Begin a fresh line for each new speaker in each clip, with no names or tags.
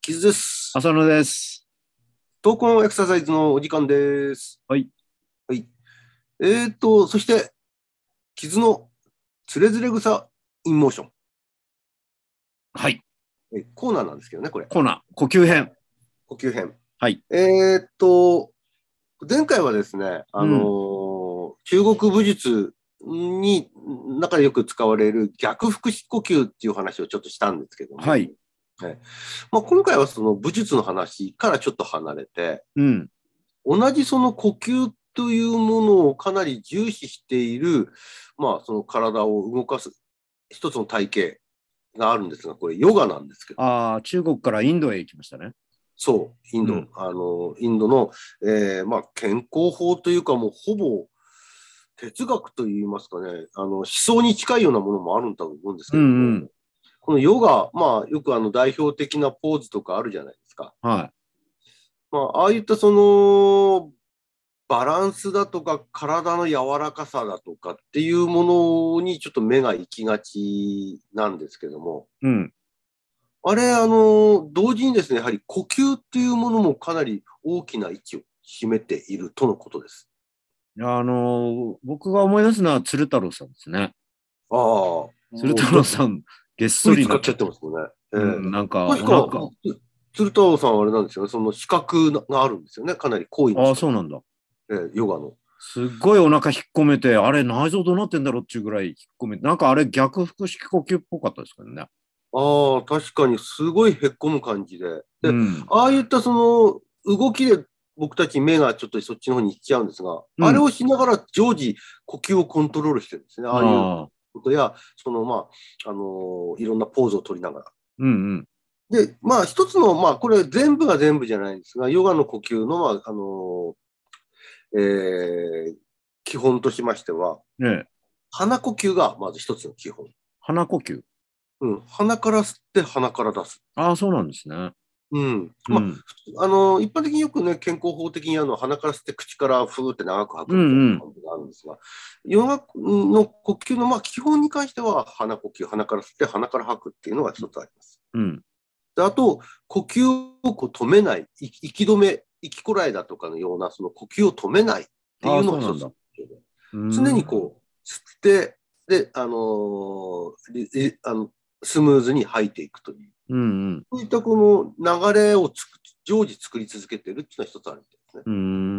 キズです。
浅野です。
投稿エクササイズのお時間です。
はい。
はい。えー、っと、そして、傷のつれづれ草インモーション
はい。
え。コーナーなんですけどね、これ。
コーナー、呼吸編。
呼吸編。
はい。
えー、っと、前回はですね、あのー中国武術に、中でよく使われる逆腹式呼吸っていう話をちょっとしたんですけども、
はい。
まあ、今回はその武術の話からちょっと離れて、
うん。
同じその呼吸というものをかなり重視している、まあ、その体を動かす一つの体系があるんですが、これヨガなんですけど、
ああ、中国からインドへ行きましたね。
そう、インド、
うん
あの、インドの、えーまあ、健康法というか、もうほぼ哲学といいますかね、あの、思想に近いようなものもあるんだと思うんですけど、
うんうん
このヨガ、まあ、よくあの、代表的なポーズとかあるじゃないですか。
は
まあ、ああいったそのバランスだとか体の柔らかさだとかっていうものにちょっと目が行きがちなんですけども
い。うん。
あれあの同時にですねやはり呼吸っていうものもかなり大きな位置を占めているとのことです。
あのー僕が思い出すのは鶴太郎さんですね。
ああ
鶴太郎さ
ん
ん、げっそ
そ
り
り
な
使っちゃってますもんね。ええ
うん、なんか、
確
なん
か
か、
鶴太郎さんはあれなんですよねその資格があるんですよねかなり行為
あ
の
あ、そうなんだ。
ええヨガの。
すっごいお腹引っ込めて、あれ、内臓どうなってんだろうっていうぐらい引っ込めて、なんかあれ、逆腹式呼吸っぽかったですけどね。
ああ確かにすごいへっこむ感じで。で
うん。
ああいったその動きで僕たち目がちょっとそっちの方に行っちゃうんですが、
うん
あれをしながら常時呼吸をコントロールしてるんですね。ああいう
ああ、
ことや、そのまあ、あのーいろんなポーズを取りながら。
うんうん。
で、まあ一つの、まあこれ全部が全部じゃないんですが、ヨガの呼吸の、まあ、あのーえー基本としましては、
ねえ
鼻呼吸がまず一つの基本。
鼻呼吸。
うん。鼻から吸って鼻から出す。
ああ、そうなんですね。
うん。
うん。
まあ、あの一般的によくね健康法的にあの鼻から吸って口からふーって長く吐くみたいな感じがあるんですが、ヨガの呼吸のまあ基本に関しては鼻呼吸鼻から吸って鼻から吐くっていうのが一つあります。
うん。
であと呼吸をこう止めないい息止め息こらえだとかのようなその呼吸を止めないっていうのが
ああそう
一
なん
つ
だ。
常にこう吸ってであのーリリあのスムーズに吐いていくという
うん。うんうん。
そういったこの流れをつく常時作り続けてるっていうのは一つあるんですね。
うー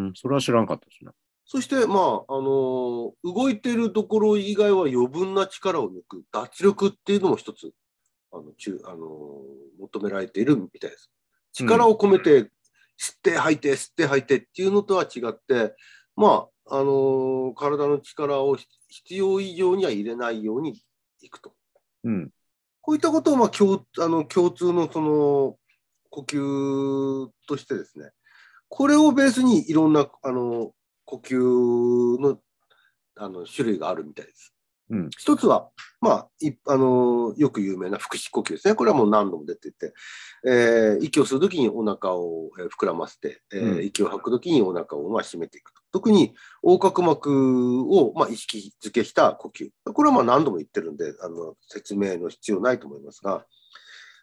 ん、それは知らんかったですね。
そして、まあ、あのー動いてるところ以外は余分な力を抜く、脱力っていうのも一つ、あの、中、あのー求められているみたいです。力を込めて、吸って吐いて、吸って吐いてっていうのとは違って、まあ、あのー体の力を必要以上には入れないようにいくと。
うん。
こういったことを、まあ、共あの共通のその呼吸としてですね、これをベースにいろんなあの呼吸のあの種類があるみたいです。
うん
一つは、まあいあの、よく有名な腹式呼吸ですね。これはもう何度も出てて、えー息を吸うときにお腹をえー膨らませて、えー
うん
息を吐くときにお腹をまあ締めていくと。特に横隔膜をまあ意識づけした呼吸。これはまあ何度も言ってるんで、あの説明の必要ないと思いますが、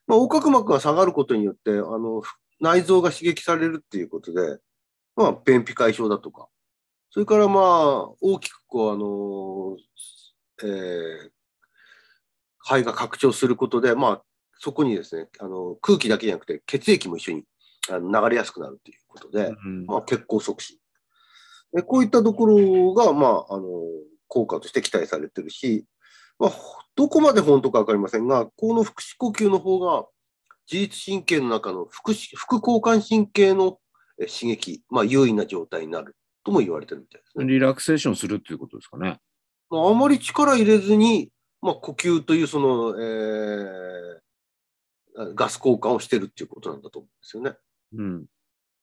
まあ、横隔膜が下がることによって、あの内臓が刺激されるっていうことで、まあ、便秘解消だとか、それからまあ、大きくこう、あの、えー肺が拡張することで、まあ、そこにですね、あの空気だけじゃなくて血液も一緒にあの流れやすくなるということで、
うん
まあ、血行促進。でこういったところが、まあ、あの効果として期待されてるし、まあ、ほどこまで本当か分かりませんが、この腹式呼吸の方が、自律神経の中の腹し副交感神経のえ刺激、まあ、優位な状態になるとも言われてるみたいですね。
リラクセーションするっていうことですかね。
まあ、あまり力入れずに、まあ、呼吸というその、えーガス交換をしてるっていうことなんだと思うんですよね。
うん。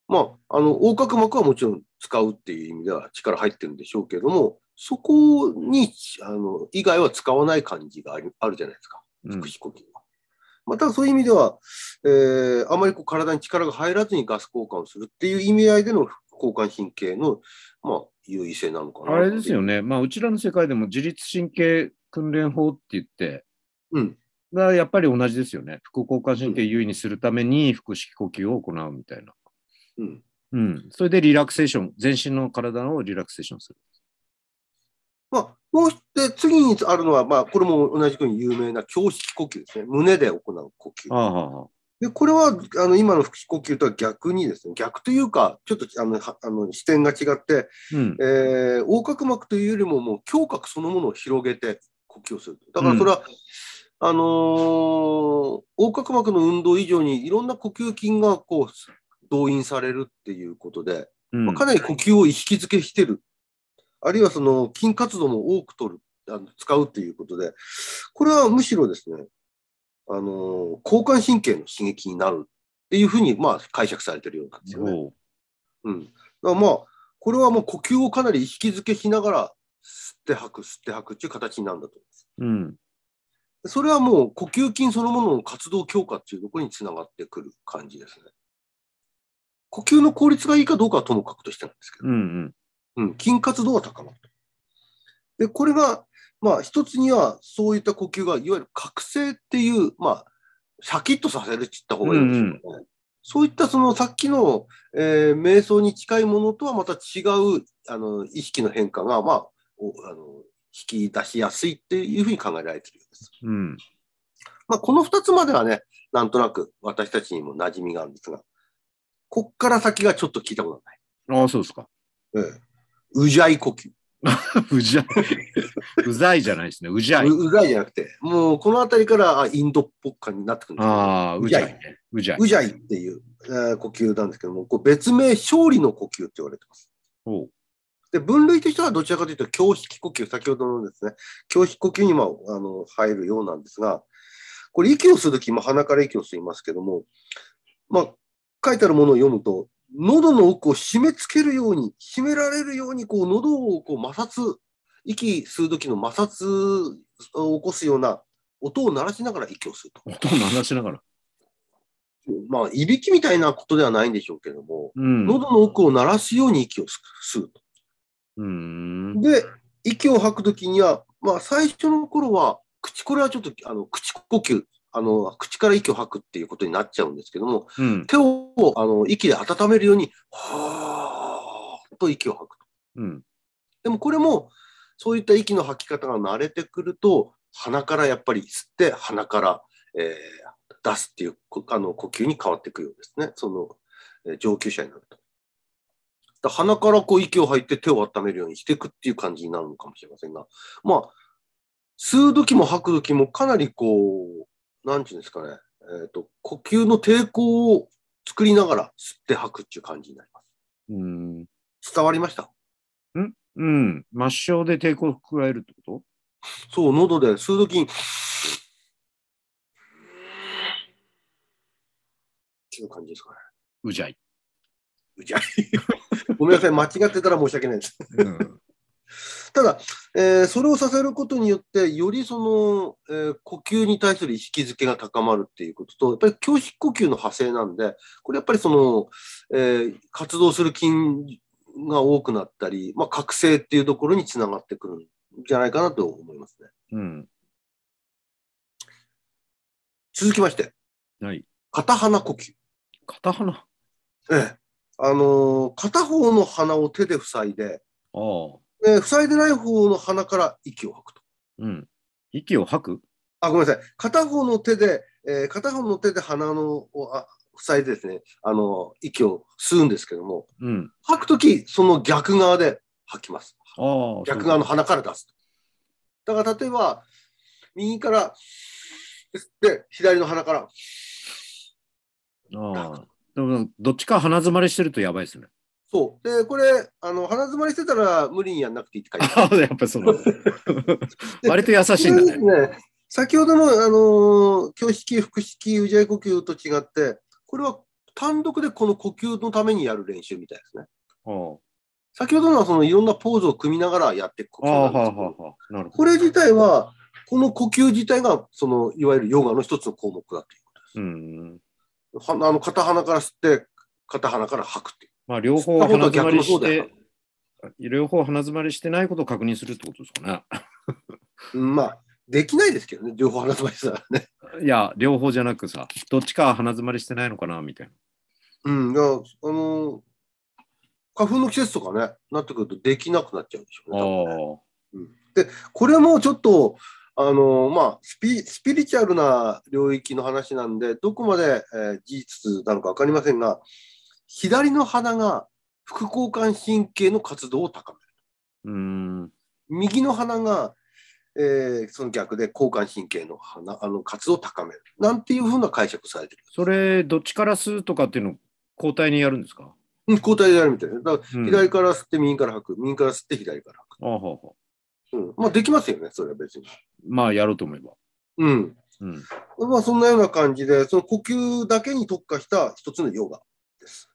まあ、あの横隔膜はもちろん使うっていう意味では力入ってるんでしょうけども、そこにあの以外は使わない感じがありあるじゃないですか、
うん
腹式呼吸は。またそういう意味では、えーあまりこう体に力が入らずにガス交換をするっていう意味合いでの交感神経の、まあ、優位性なのかな。
あれですよ。ね、まあ、うちらの世界でも自律神経訓練法って言って、
うん。
がやっぱり同じですよね。副交感神経優位にするために腹式呼吸を行うみたいな。
うん。
うん。それでリラクセーション、全身の体をリラクセーションする。
まあ、もうしで、次にあるのは、まあ、これも同じくに有名な胸式呼吸ですね。胸で行う呼吸。
ああ、はあはあ、
で、これは、あの、今の腹式呼吸とは逆にですね、逆というか、ちょっと、あの、はあの視点が違って、
うん。
えー横隔膜というよりも、もう胸郭そのものを広げて呼吸をする。だからそれは、あのー横隔膜の運動以上にいろんな呼吸筋がこう動員されるっていうことで、
うん
まあかなり呼吸を意識づけしてる。あるいはその筋活動も多く取る、あの使うっていうことで、これはむしろですね、あのー交感神経の刺激になるっていうふうに、まあ解釈されてるようなんですよね。
おう
うん。だからまあ、これはもう呼吸をかなり意識づけしながら、吸って吐く、吸って吐くっていう形になるんだと思います。
うん。
それはもう呼吸筋そのものの活動強化っていうところにつながってくる感じですね。呼吸の効率がいいかどうかはともかくとしてなんですけ
う
ど、
んうん。
うん、筋活動が高まると。で、これが、まあ一つにはそういった呼吸がいわゆる覚醒っていう、まあ、シャキッとさせるって言った方がいいんでしょうかね。そういったそのさっきの、えー瞑想に近いものとはまた違うあの意識の変化が、まあ、おあの引き出しやすいっていうふうに考えられているようです。
うん。
まあ、この2つまではね、なんとなく私たちにも馴染みがあるんですが、こっから先がちょっと聞いたこと
ああ、そうですか。
がない。ええうじゃい呼吸。
うじ ゃい。うざいじゃないですね。うじゃい。
ううざいじゃなくて、もうこの辺りからあインドっぽく感じになってくるんですけど
ああ、うじゃいね。うじゃい。
うじゃいっていう、えー呼吸なんですけども、こう別名、勝利の呼吸って言われてます。
おう
で、分類としてはどちらかというと、胸式呼吸、先ほどのですね、胸式呼吸にもあの入るようなんですが、これ息をするとき、まあ鼻から息を吸いますけども、まあ、書いてあるものを読むと、喉の奥を締め付けるように、締められるように、こう、喉をこう摩擦、息吸うときの摩擦を起こすような音を鳴らしながら息をすると。
音を鳴らしながら。
まあ、いびきみたいなことではないんでしょうけども、
うん。う
喉の奥を鳴らすように息を吸うと。
ーん。
で、息を吐くときには、まあ、最初の頃は、口、これはちょっと、あの、口呼吸、あの、口から息を吐くっていうことになっちゃうんですけども、
うん。
手を、あの、息で温めるように、はーっと息を吐く。
うん。
でもこれも、そういった息の吐き方が慣れてくると、鼻からやっぱり吸って、鼻から、えー出すっていうこあの呼吸に変わっていくようですね。その、えー上級者になると。だ鼻からこう息を吐いて手を温めるようにしていくっていう感じになるのかもしれませんが、まあ、吸う時も吐く時もかなりこう、なんていうんですかね、えっ、と、呼吸の抵抗を作りながら吸って吐くっていう感じになりま
うん。
す。伝わりました
うん。抹消で抵抗を加えるってこ
そう、喉で吸うときに、っていう感じですかね。
とうじゃい。
うじゃい。ごめんなさい、間違ってたら申し訳ないです。
うん。
ただ、えーそれをさせることによって、よりその、えー呼吸に対する意識づけが高まるっていうことと、やっぱり胸式呼吸の派生なんで、これやっぱりその、えー活動する筋が多くなったり、まあ、覚醒っていうところにつながってくるんじゃないかなと思いますね。
うん。
続きまして、
はい。
片鼻呼吸。
片鼻。あ
ええ、あのー片方の鼻を手で塞いで、
あ。
で塞いでない方の鼻から息を吐くと。
うん。息を吐く
あ、ごめんなさい。片方の手で、えー片方の手で鼻のをあ塞いでですね、あのー息を吸うんですけども、
うん。
吐くとき、その逆側で吐きます。
ああ。
逆側の鼻から出すと。だから例えば、右から吸って、左の鼻から、
の。ああ。でも、どっちか鼻詰まりしてるとやば いですね。
そう。で、これ、あの、鼻詰まりしてたら無理にやんなくていいって書いてある
ああ、やっぱりそうなんだ。割と優しいんだね。
これですね先ほどの、あのー、胸式、腹式、うじゃい呼吸と違って、これは単独でこの呼吸のためにやる練習みたいですね。
ああ。
先ほどのはそのいろんなポーズを組みながらやっていく呼吸
あ
な
あ、
んです
はあ、
けど、
はあはあ。なるほ
これ自体は、この呼吸自体が、その、いわゆるヨガの一つの項目だという
ど。うん。
はあの、片鼻から吸って、片鼻から吐くっていう。
まあ、両
吸
方
った
鼻
ことは
詰ま
逆の方
りし
だ
て
よ。、
両方鼻詰まりしてないことを確認するってことですかね。
うんまあ、できないですけどね、両方話しましたらね。
いや、両方じゃなくさ、どっちか鼻詰まりしてないのかな、みたいな。
うん、いや、あのー花粉の季節とかね、なってくるとできなくなっちゃうんでしょう
あ
ね多
あ
分ね。これもちょっと、あのまあ、スピスピリチュアルな領域の話なんで、どこまで、えー事実なのか分かりませんが、左の鼻が副交感神経の活動を高め
うーん。
る。右の鼻が、えーその逆で交感神経の鼻あの活動を高める。なんていうふうな解釈されてる。
それ、どっちから吸うとかっていうの、交代にやるんですか、
うん交代でやるみたいな。だから
うん、
左から吸って右から吐く、右から吸って左から吐
ああほうほ
く。うん、まあ、できますよね、それは別に。
うまあ、やろうと思えば。
うん。
うん。
まあ、そんなような感じで、その呼吸だけに特化した一つのヨガです。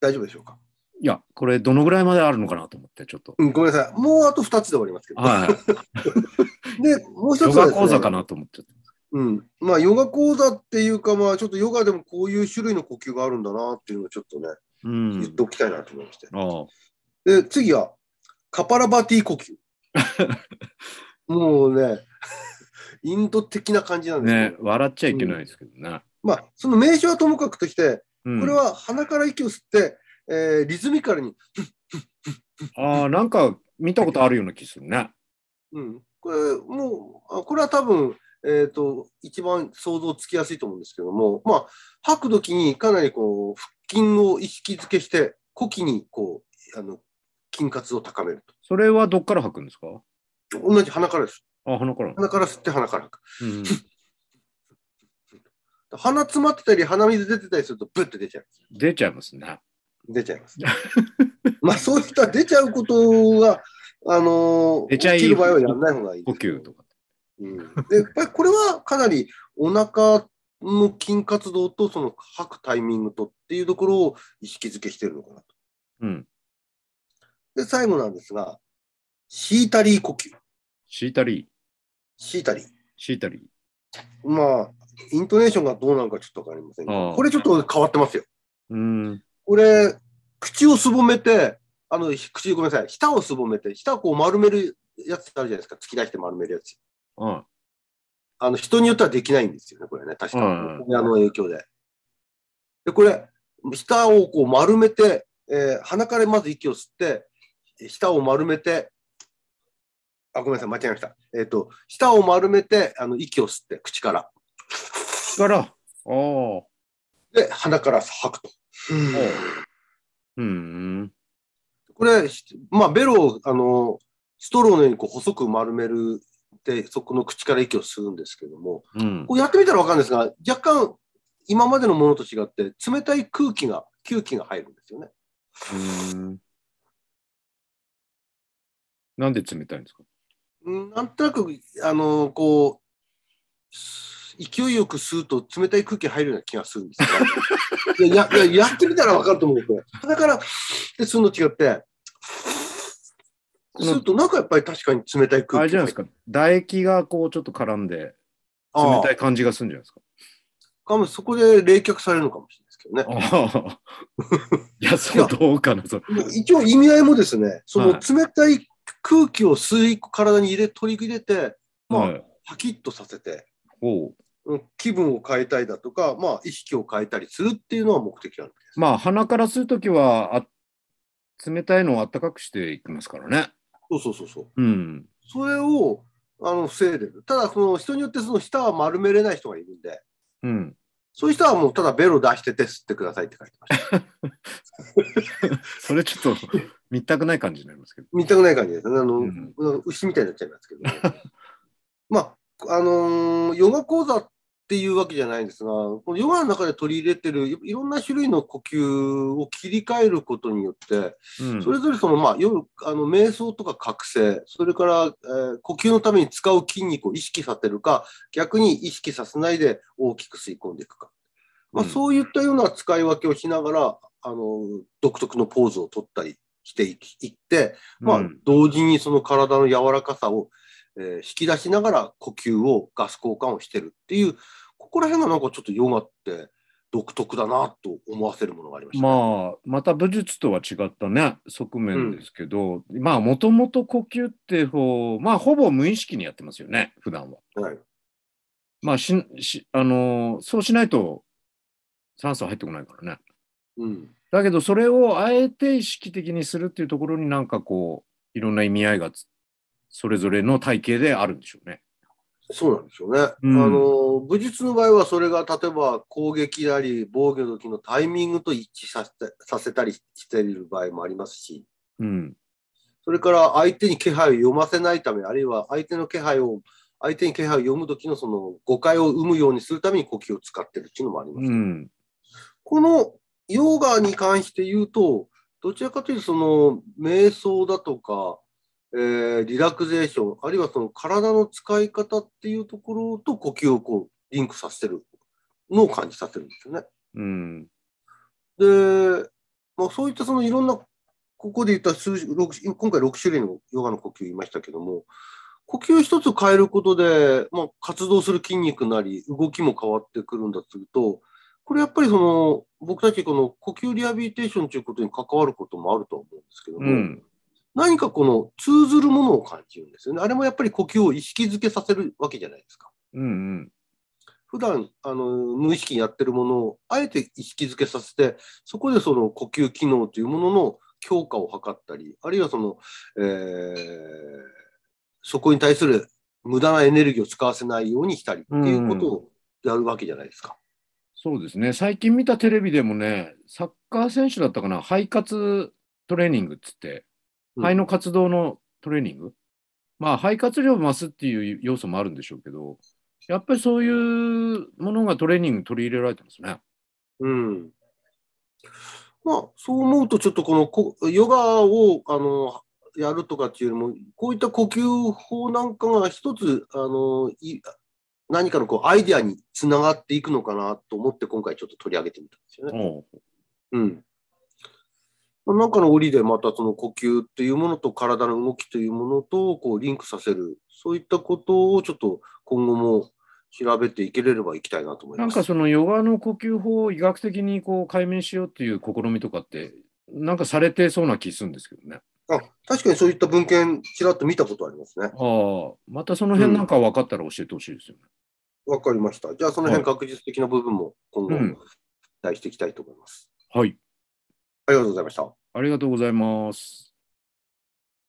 大丈夫でしょうか、
いや、これ、どのぐらいまであるのかなと思って、ちょっと。
うん、ごめんなさい。もうあと2つで終わりますけど。
はい。
で、もう一
ヨ
つはです、
ガ
ね、
講座か。なと思っちゃった。
うん。まあ、ヨガ講座っていうか、まあ、ちょっとヨガでもこういう種類の呼吸があるんだなっていうのをちょっとね、
う
言っ
ん
て。おきたいなと思いまして。
あ
で、次は、カパラバティ呼 吸。もうね、 インド的な感じな
あ。
んですけ
ね
ど、、
笑っちゃいけないですけどね。
まあ、その名称はともかくとして、
うん
これは鼻から息を吸って、えーリズミカルに、
ああ、なんか見たことあるような気するね。
うん、これもうあこれは多分、えー、と一番想像つきやすいと思うんですけども、まあ、吐く時にかなりこう腹筋を意識づけして呼気にこうあの筋活を高める
それはどっから吐くんですか
と同じ鼻からです
あ、鼻から。
鼻から吸って鼻から吐く
うん、
鼻詰まってたり鼻水出てたりするとブッて出ちゃう
出ちゃいますね。
出ちゃいます。まあそういった出ちゃうことが、あの
出ちゃい
起きる場合はやらない方がいい
呼
です
吸とか。
うんでやっぱりこれはかなりお腹の筋活動とその吐くタイミングとっていうところを意識づけしてるのかなと。
うん。
で、最後なんですが、シータリー呼吸。
シータリー。
シータリー。
シータリ
まあ、イントネーションがどうなのかちょっとわかりませんが、
ああ
これちょっと変わってますよ。
ー。うん。
これ、口をすぼめて、あの、ひ口、ごめんなさい、舌をすぼめて、舌をこう丸めるやつってあるじゃないですか。突き出して丸めるやつ。
あ
あの人によってはできないんですよね、これね、確
うん
か。親の影響で。で、これ、舌をこう丸めて、えー鼻からまず息を吸って、舌を丸めて、あ、ごめんなさい、間違えました。えっ、と、舌を丸めて、あの息を吸って、口から。
から。ああ。
で、鼻から吐くと。
うん。
これ、しまあ、ベロを、あの、ストローのようにこう細く丸めるで、そこの口から息を吸うんですけども、
うん。
こうやってみたらわかるんですが、若干今までのものと違って、冷たい空気が、吸気が入るんですよね。
うん。なんで冷たいんですか
うんなんとなく、あのこう、す勢いよく吸うと冷たい空気入るような気がするんですがいややややってみたらわかると思うんですよ。だから、で吸うの違って、
この
吸うとなんかやっぱり確かに冷たい
あ
空
れ
気
じゃ
が
な
入
いです
る。
か。唾液がこうちょっと絡んで、
あ
冷
あ
たい感じがするんじゃないですか。
かもそこで冷却されるのかもしれないですけどね。
ああ。 いや、そうどうかな。そう
一応意味合いもですね、その
は
冷たい空気を吸い、体に入れ、取り入れて、まあ、
はい。
パキッとさせて、
おう
うん気分を変えたいだとか、まあ、意識を変えたりするっていうのは目的なんです。
まあ鼻から吸うときはあ冷たいのをあったかくしていきますからね。
そうそうそうそう。
うん。
それをあの防いでる。ただ、その人によってその舌は丸めれない人がいるんで、
うん。
そういう人はもうただベロ出してて吸ってくださいって書いてました。
それちょっと見たくない感じになりますけど。
見たくない感じですね。あの、
うん
牛みたいになっちゃいますけど。まあ、あのーヨガ講座っていうわけじゃないんですが、このヨガの中で取り入れてるいいろんな種類の呼吸を切り替えることによって、
うん
それぞれその、まあ、夜あの瞑想とか覚醒、それから、えー呼吸のために使う筋肉を意識させるか、逆に意識させないで大きく吸い込んでいくか、まあ、
うん
そういったような使い分けをしながら、あの独特のポーズを取ったりしていきいって、ま
う
あ
ん、
同時にその体の柔らかさを、えー引き出しながら呼吸をガス交換をしてるっていうここら辺がなんかちょっとヨガって独特だなと思わせるものがありました。
まあまた武術とは違ったね側面ですけど、まあもともと呼吸って方まあほぼ無意識にやってますよね普段は。
はい、
まあししあのーそうしないと酸素入ってこないからね。
うん、
だけどそれをあえて意識的にするっていうところになんかこういろんな意味合いがつそれぞれの体系であるんでしょうね。
そうなんですよね、
うん
あの。武術の場合はそれが例えば攻撃なり防御の時のタイミングと一致させたさせたりしている場合もありますし、
うん、
それから相手に気配を読ませないため、あるいは相手の気配を、相手に気配を読む時のその誤解を生むようにするために呼吸を使ってるっていうのもあります。
うん、
このヨガに関して言うと、どちらかというとその瞑想だとか、えーリラクゼーション、あるいはその体の使い方っていうところと呼吸をこうリンクさせてるのを感じさせるんですよね。
うん、
で、まあ、そういったそのいろんな、ここで言った数種六種今回6種類のヨガの呼吸言いましたけども、呼吸一つ変えることで、まあ、活動する筋肉なり、動きも変わってくるんだとすると、これやっぱりその、僕たちこの呼吸リハビリテーションということに関わることもあるとは思うんですけども、
うん、
何かこの通ずるものを感じるんですよね。あれもやっぱり呼吸を意識づけさせるわけじゃないですか。
うん、
普段あの無意識にやってるものをあえて意識づけさせてそこでその呼吸機能というものの強化を図ったりあるいはその、えーそこに対する無駄なエネルギーを使わせないようにしたりっていうことをやるわけじゃないですか。
そうですね。最近見たテレビでもね、サッカー選手だったかな、肺活トレーニングっつって、
うん
肺の活動のトレーニング、まあ肺活量を増すっていう要素もあるんでしょうけど、やっぱりそういうものがトレーニングに取り入れられてますね。
うんまあそう思うとちょっとこのこヨガをあのやるとかっていうよりもこういった呼吸法なんかが一つあのい何かのこうアイデアにつながっていくのかなと思って今回ちょっと取り上げてみたんですよね。
おう
うんまあなんかの折でまたその呼吸っていうものと体の動きというものとこうリンクさせるそういったことをちょっと今後も調べていければいきたいなと思い
な
ま
ん
す。
かそのヨガの呼吸法を医学的にこう解明しようっていう試みとかって、なんかされてそうな気するんですけどね。
あ確かにそういった文献、ちらっと見たことありますね。
ああ、またその辺なんか分かったら教えてほしいですよね。
わかりました。じゃあ、その辺、確実的な部分も今後、
うん
期待していきたいと思います。
はい、
ありがとうございました。
ありがとうございます。